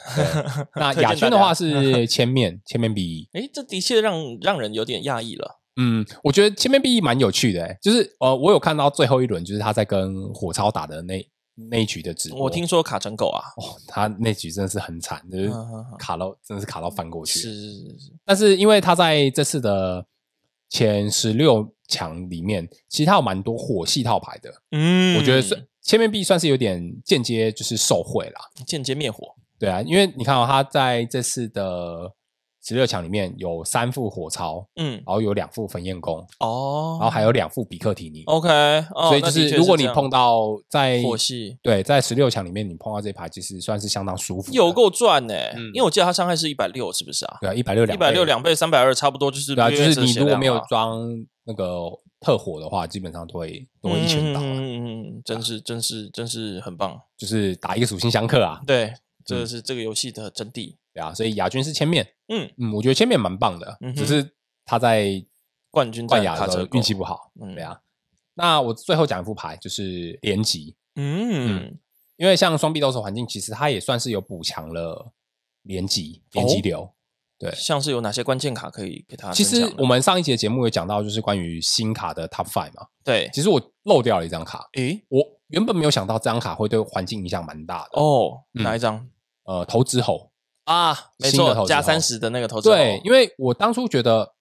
那
推荐
亚军的
大家
话 是千面，千面 B，
诶，这的确让让人有点讶异了。
嗯，我觉得千面 B 蛮有趣的、欸，就是呃，我有看到最后一轮，就是他在跟火超打的那那一局的直播，
我听说卡成狗啊，
哦，他那局真的是很惨，就是
嗯嗯嗯
卡到真的是卡到翻过去，
是是是
但是因为他在这次的前十六强里面，其实他有蛮多火系套牌的，
嗯
我觉得算千面币算是有点间接就是受贿啦。
嗯间接灭火。
对啊，因为你看哦，他在这次的十六强里面有三副火潮，
嗯，
然后有两副焚焰弓，
哦，
然后还有两副比克提尼。
OK，哦
所以就
那的确
是
是
如果你
这样
碰到在
火系，
对在十六强里面你碰到这一排，其实算是相当舒服的，
有够赚呢
嗯，
因为我记得它伤害是一百六，是不是啊？
对啊，一百六
一
两
百六两倍，三百二，差不多就是
对啊，就
略
是
折
你
血
如果
量
没有
啊
装那个特火的话，基本上都会都会一拳倒啊、
嗯嗯嗯，真是真是真是很棒，
就是打一个属性相克啊，
对，这是这个游戏的真谛。
对啊，所以亚军是千面，
嗯，
嗯，我觉得千面蛮棒的，
嗯哼
只是他在
冠军
冠
战
亚
卡
的时候
车
运气
狗
不好，
嗯
对啊。那我最后讲一副牌就是连级，
嗯，
因为像双臂斗士环境，其实它也算是有补强了连级连
哦
级流。对
像是有哪些关键卡可以给他
其
增强的？
实我们上一节节目有讲到，就是关于新卡的 Top Five 嘛，
对，
其实我漏掉了一张卡，
诶，
我原本没有想到这张卡会对环境影响蛮大的。
哦，
嗯
哪一张
呃投资猴。
啊？没
新的投
错，
资
加
猴
三十的那个投资猴，
对，因为我当初觉得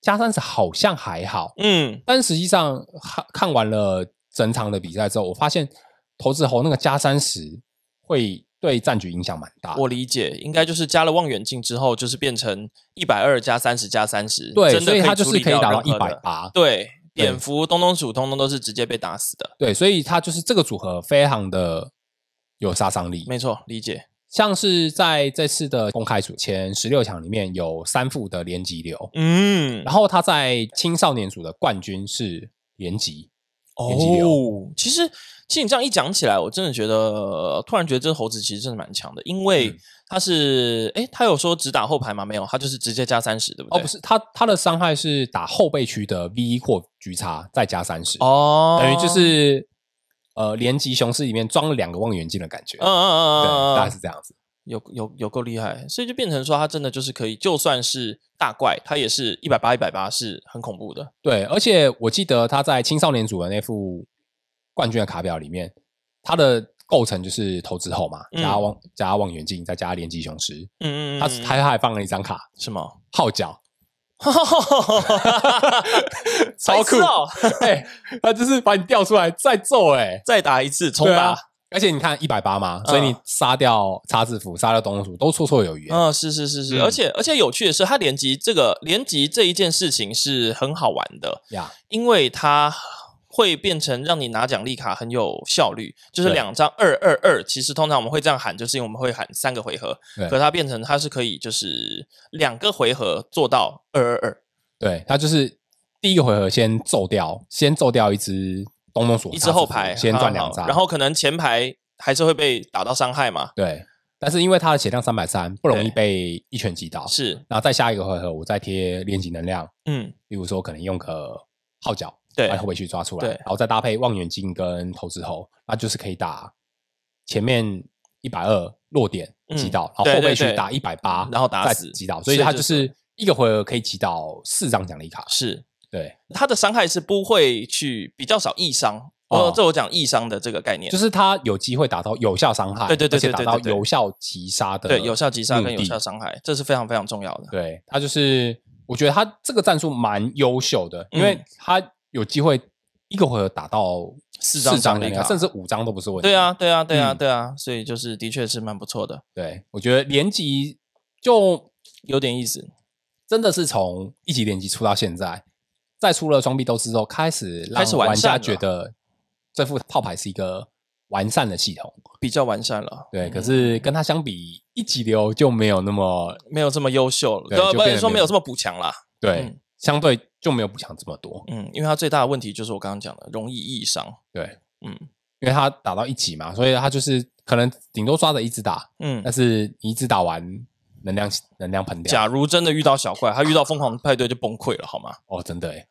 加三十好像还好，
嗯，
但实际上看看完了整场的比赛之后，我发现投掷猴那个加三十会对战局影响蛮大的。
我理解，应该就是加了望远镜之后，就是变成一百二加三十加三十，
对，
真的
所以它就
处
是
理
可以
掉
打到
任
一
何
百
的
八。
对，蝙蝠、东东鼠通通都是直接被打死的，
对，所以它就是这个组合非常的有杀伤力。
没错，理解。
像是在这次的公开组前十六强里面有三副的连级流，
嗯，
然后他在青少年组的冠军是连级，年纪流
哦，其实其实你这样一讲起来，我真的觉得，呃突然觉得这猴子其实真的蛮强的，因为
嗯
他是，诶，他有说只打后排吗？没有，他就是直接加三十，对不
哦，
对？
不，是，他他的伤害是打后背区的 V 一或局差再加三十，
哦，
等于就是呃连级雄狮里面装了两个望远镜的感觉，
嗯，嗯嗯嗯
对，大
嗯
概
嗯，
是这样子。
有有有够厉害，所以就变成说，他真的就是可以，就算是大怪，他也是一百八一百八，是很恐怖的。
对，而且我记得他在青少年组的那副冠军的卡表里面，它的构成就是投掷后嘛，加
嗯
望、加望远镜，再加连级雄狮，
嗯嗯嗯，
他
嗯
他还放了一张卡
什 么？
号角，超
白痴
酷
哦
哎、他就是把你调出来再揍、哎，
再打一次，重
对啊
打。。
而且你看一百八嘛，所以你
嗯
杀掉叉字符，杀掉东鼠都绰绰有余、哎
嗯，是是是是，
嗯
而且而且有趣的是，它连级这个连级这一件事情是很好玩的，
呀。
因为它会变成让你拿奖励卡很有效率，就是
对
两张二二二，其实通常我们会这样喊，就是因为我们会喊三个回合，
对
可它变成它是可以就是两个回合做到二二二，
对，他就是第一个回合先揍掉，先揍掉一只东东鼠的
一
叉
只
子
后
虎
排
先
好
赚
好
两
好
张，
然后可能前排还是会被打到伤害嘛，
对，但是因为他的血量三百三，不容易
对
被一拳击倒，
是，
然后再下一个回合我再贴练级能量，
嗯，
比如说可能用个号角
对
把，后背去抓出来，
对
然后再搭配望远镜跟投掷猴，那就是可以打前面一百二落点击
嗯
倒，然后
对
后
对
背去
对
打一百八，
然后打
再
死
击倒，所以
是
他
是
就是一个回合可以击倒四张奖励卡，
是
对，
它的伤害是不会去比较少易伤。
哦
哦，这我讲易伤的这个概念，
就是他有机会打到有效伤害，
对对对
而且
对
打
对
到
对对
有效击杀的，
对有效击杀跟
目
有
的
效伤害，这是非常非常重要的。
对他就是，我觉得他这个战术蛮优秀的，因
嗯
为他有机会一个回合打到
四张
张
奖励
卡，
卡
甚至五张都不是问题。
对啊，，对啊，对啊，
嗯
对啊，所以就是的确是蛮不错的，
对我觉得连级就
有点意思，
真的是从一级连级出到现在，再出了双臂斗之后，开始让
开始完
玩家
善了
觉得这副套牌是一个完善的系统。
比较完善了。
对，可
嗯
是跟他相比，一级流就没有那么
嗯没有这么优秀了，
对
对，
就
不
变
能
得
说
没
没
有
有这么补强啦。
对，
嗯
相对就没有补强这么多。
嗯，因为它最大的问题就是我刚刚讲的，容易易伤。
对，
嗯
因为他打到一级嘛，所以他就是可能顶多抓着一只打，
嗯，
但是你一直打完，能量能量喷掉。
假如真的遇到小怪，他遇到疯狂派对就崩溃了，好吗？
哦，真的 诶，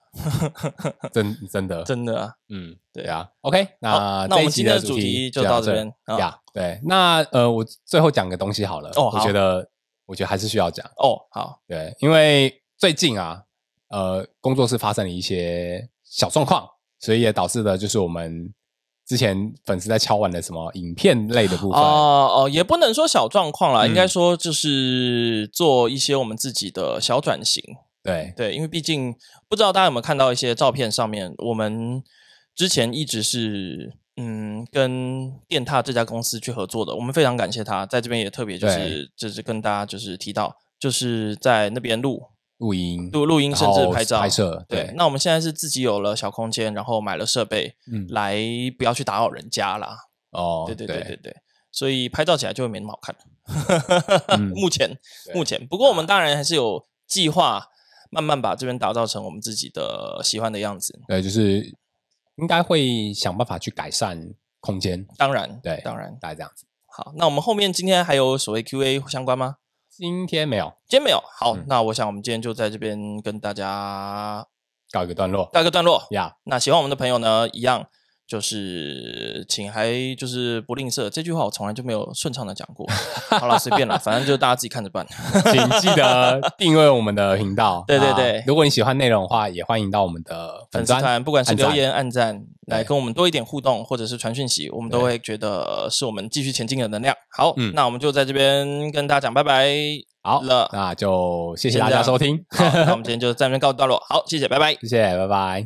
真真的，
真的啊。
嗯，
对
对啊。OK，那
好那我
这一
们
集
今天的
主
主题就
到
到这边啊
呀。对，那呃，我最后讲个东西好了。
哦
我
好
觉得我觉得还是需要讲，
哦，好，
对，因为最近啊，呃，工作室发生了一些小状况，所以也导致了就是我们之前粉丝在敲完的什么影片类的部分。
哦哦，也不能说小状况啦，
嗯
应该说就是做一些我们自己的小转型。
对，
对，因为毕竟不知道大家有没有看到一些照片上面，我们之前一直是嗯跟电踏这家公司去合作的，我们非常感谢他，在这边也特别就是就是跟大家就是提到，就是在那边录
录音，
录录音，
然
甚至
后
拍照
拍摄，
对，
对，
那我们现在是自己有了小空间，然后买了设备，
嗯，
来不要去打扰人家啦。
哦，
对对对对对，所以拍照起来就会没那么好看。
嗯
目前
对啊
目前，不过我们当然还是有计划，慢慢把这边打造成我们自己的喜欢的样子。
对，就是应该会想办法去改善空间，
当然，
对
当然。
大概这样子。
好，那我们后面今天还有所谓 Q&A 相关吗？
今天没有
今天没有。好，
嗯
那我想我们今天就在这边跟大家
告一个段落
告一个段落。
呀，
那喜欢我们的朋友呢，一样就是请还就是不吝啬。这句话我从来就没有顺畅的讲过。好了，随便了，反正就大家自己看着办。
请记得订阅我们的频道。
对对
那
对
如果你喜欢内容的话，也欢迎到我们的
粉
粉
丝
专。
团，不管是
按赞
留言、按赞，
对
来跟我们多一点互动，或者是传讯息，我们都
对
会觉得是我们继续前进的能量。好，
嗯
那我们就在这边跟大家讲拜拜。
好
了
那就谢谢
先
大
这
家
样
收听，
好，那我们今天就在这边告一段落。好，谢谢，拜拜。
谢谢，拜拜。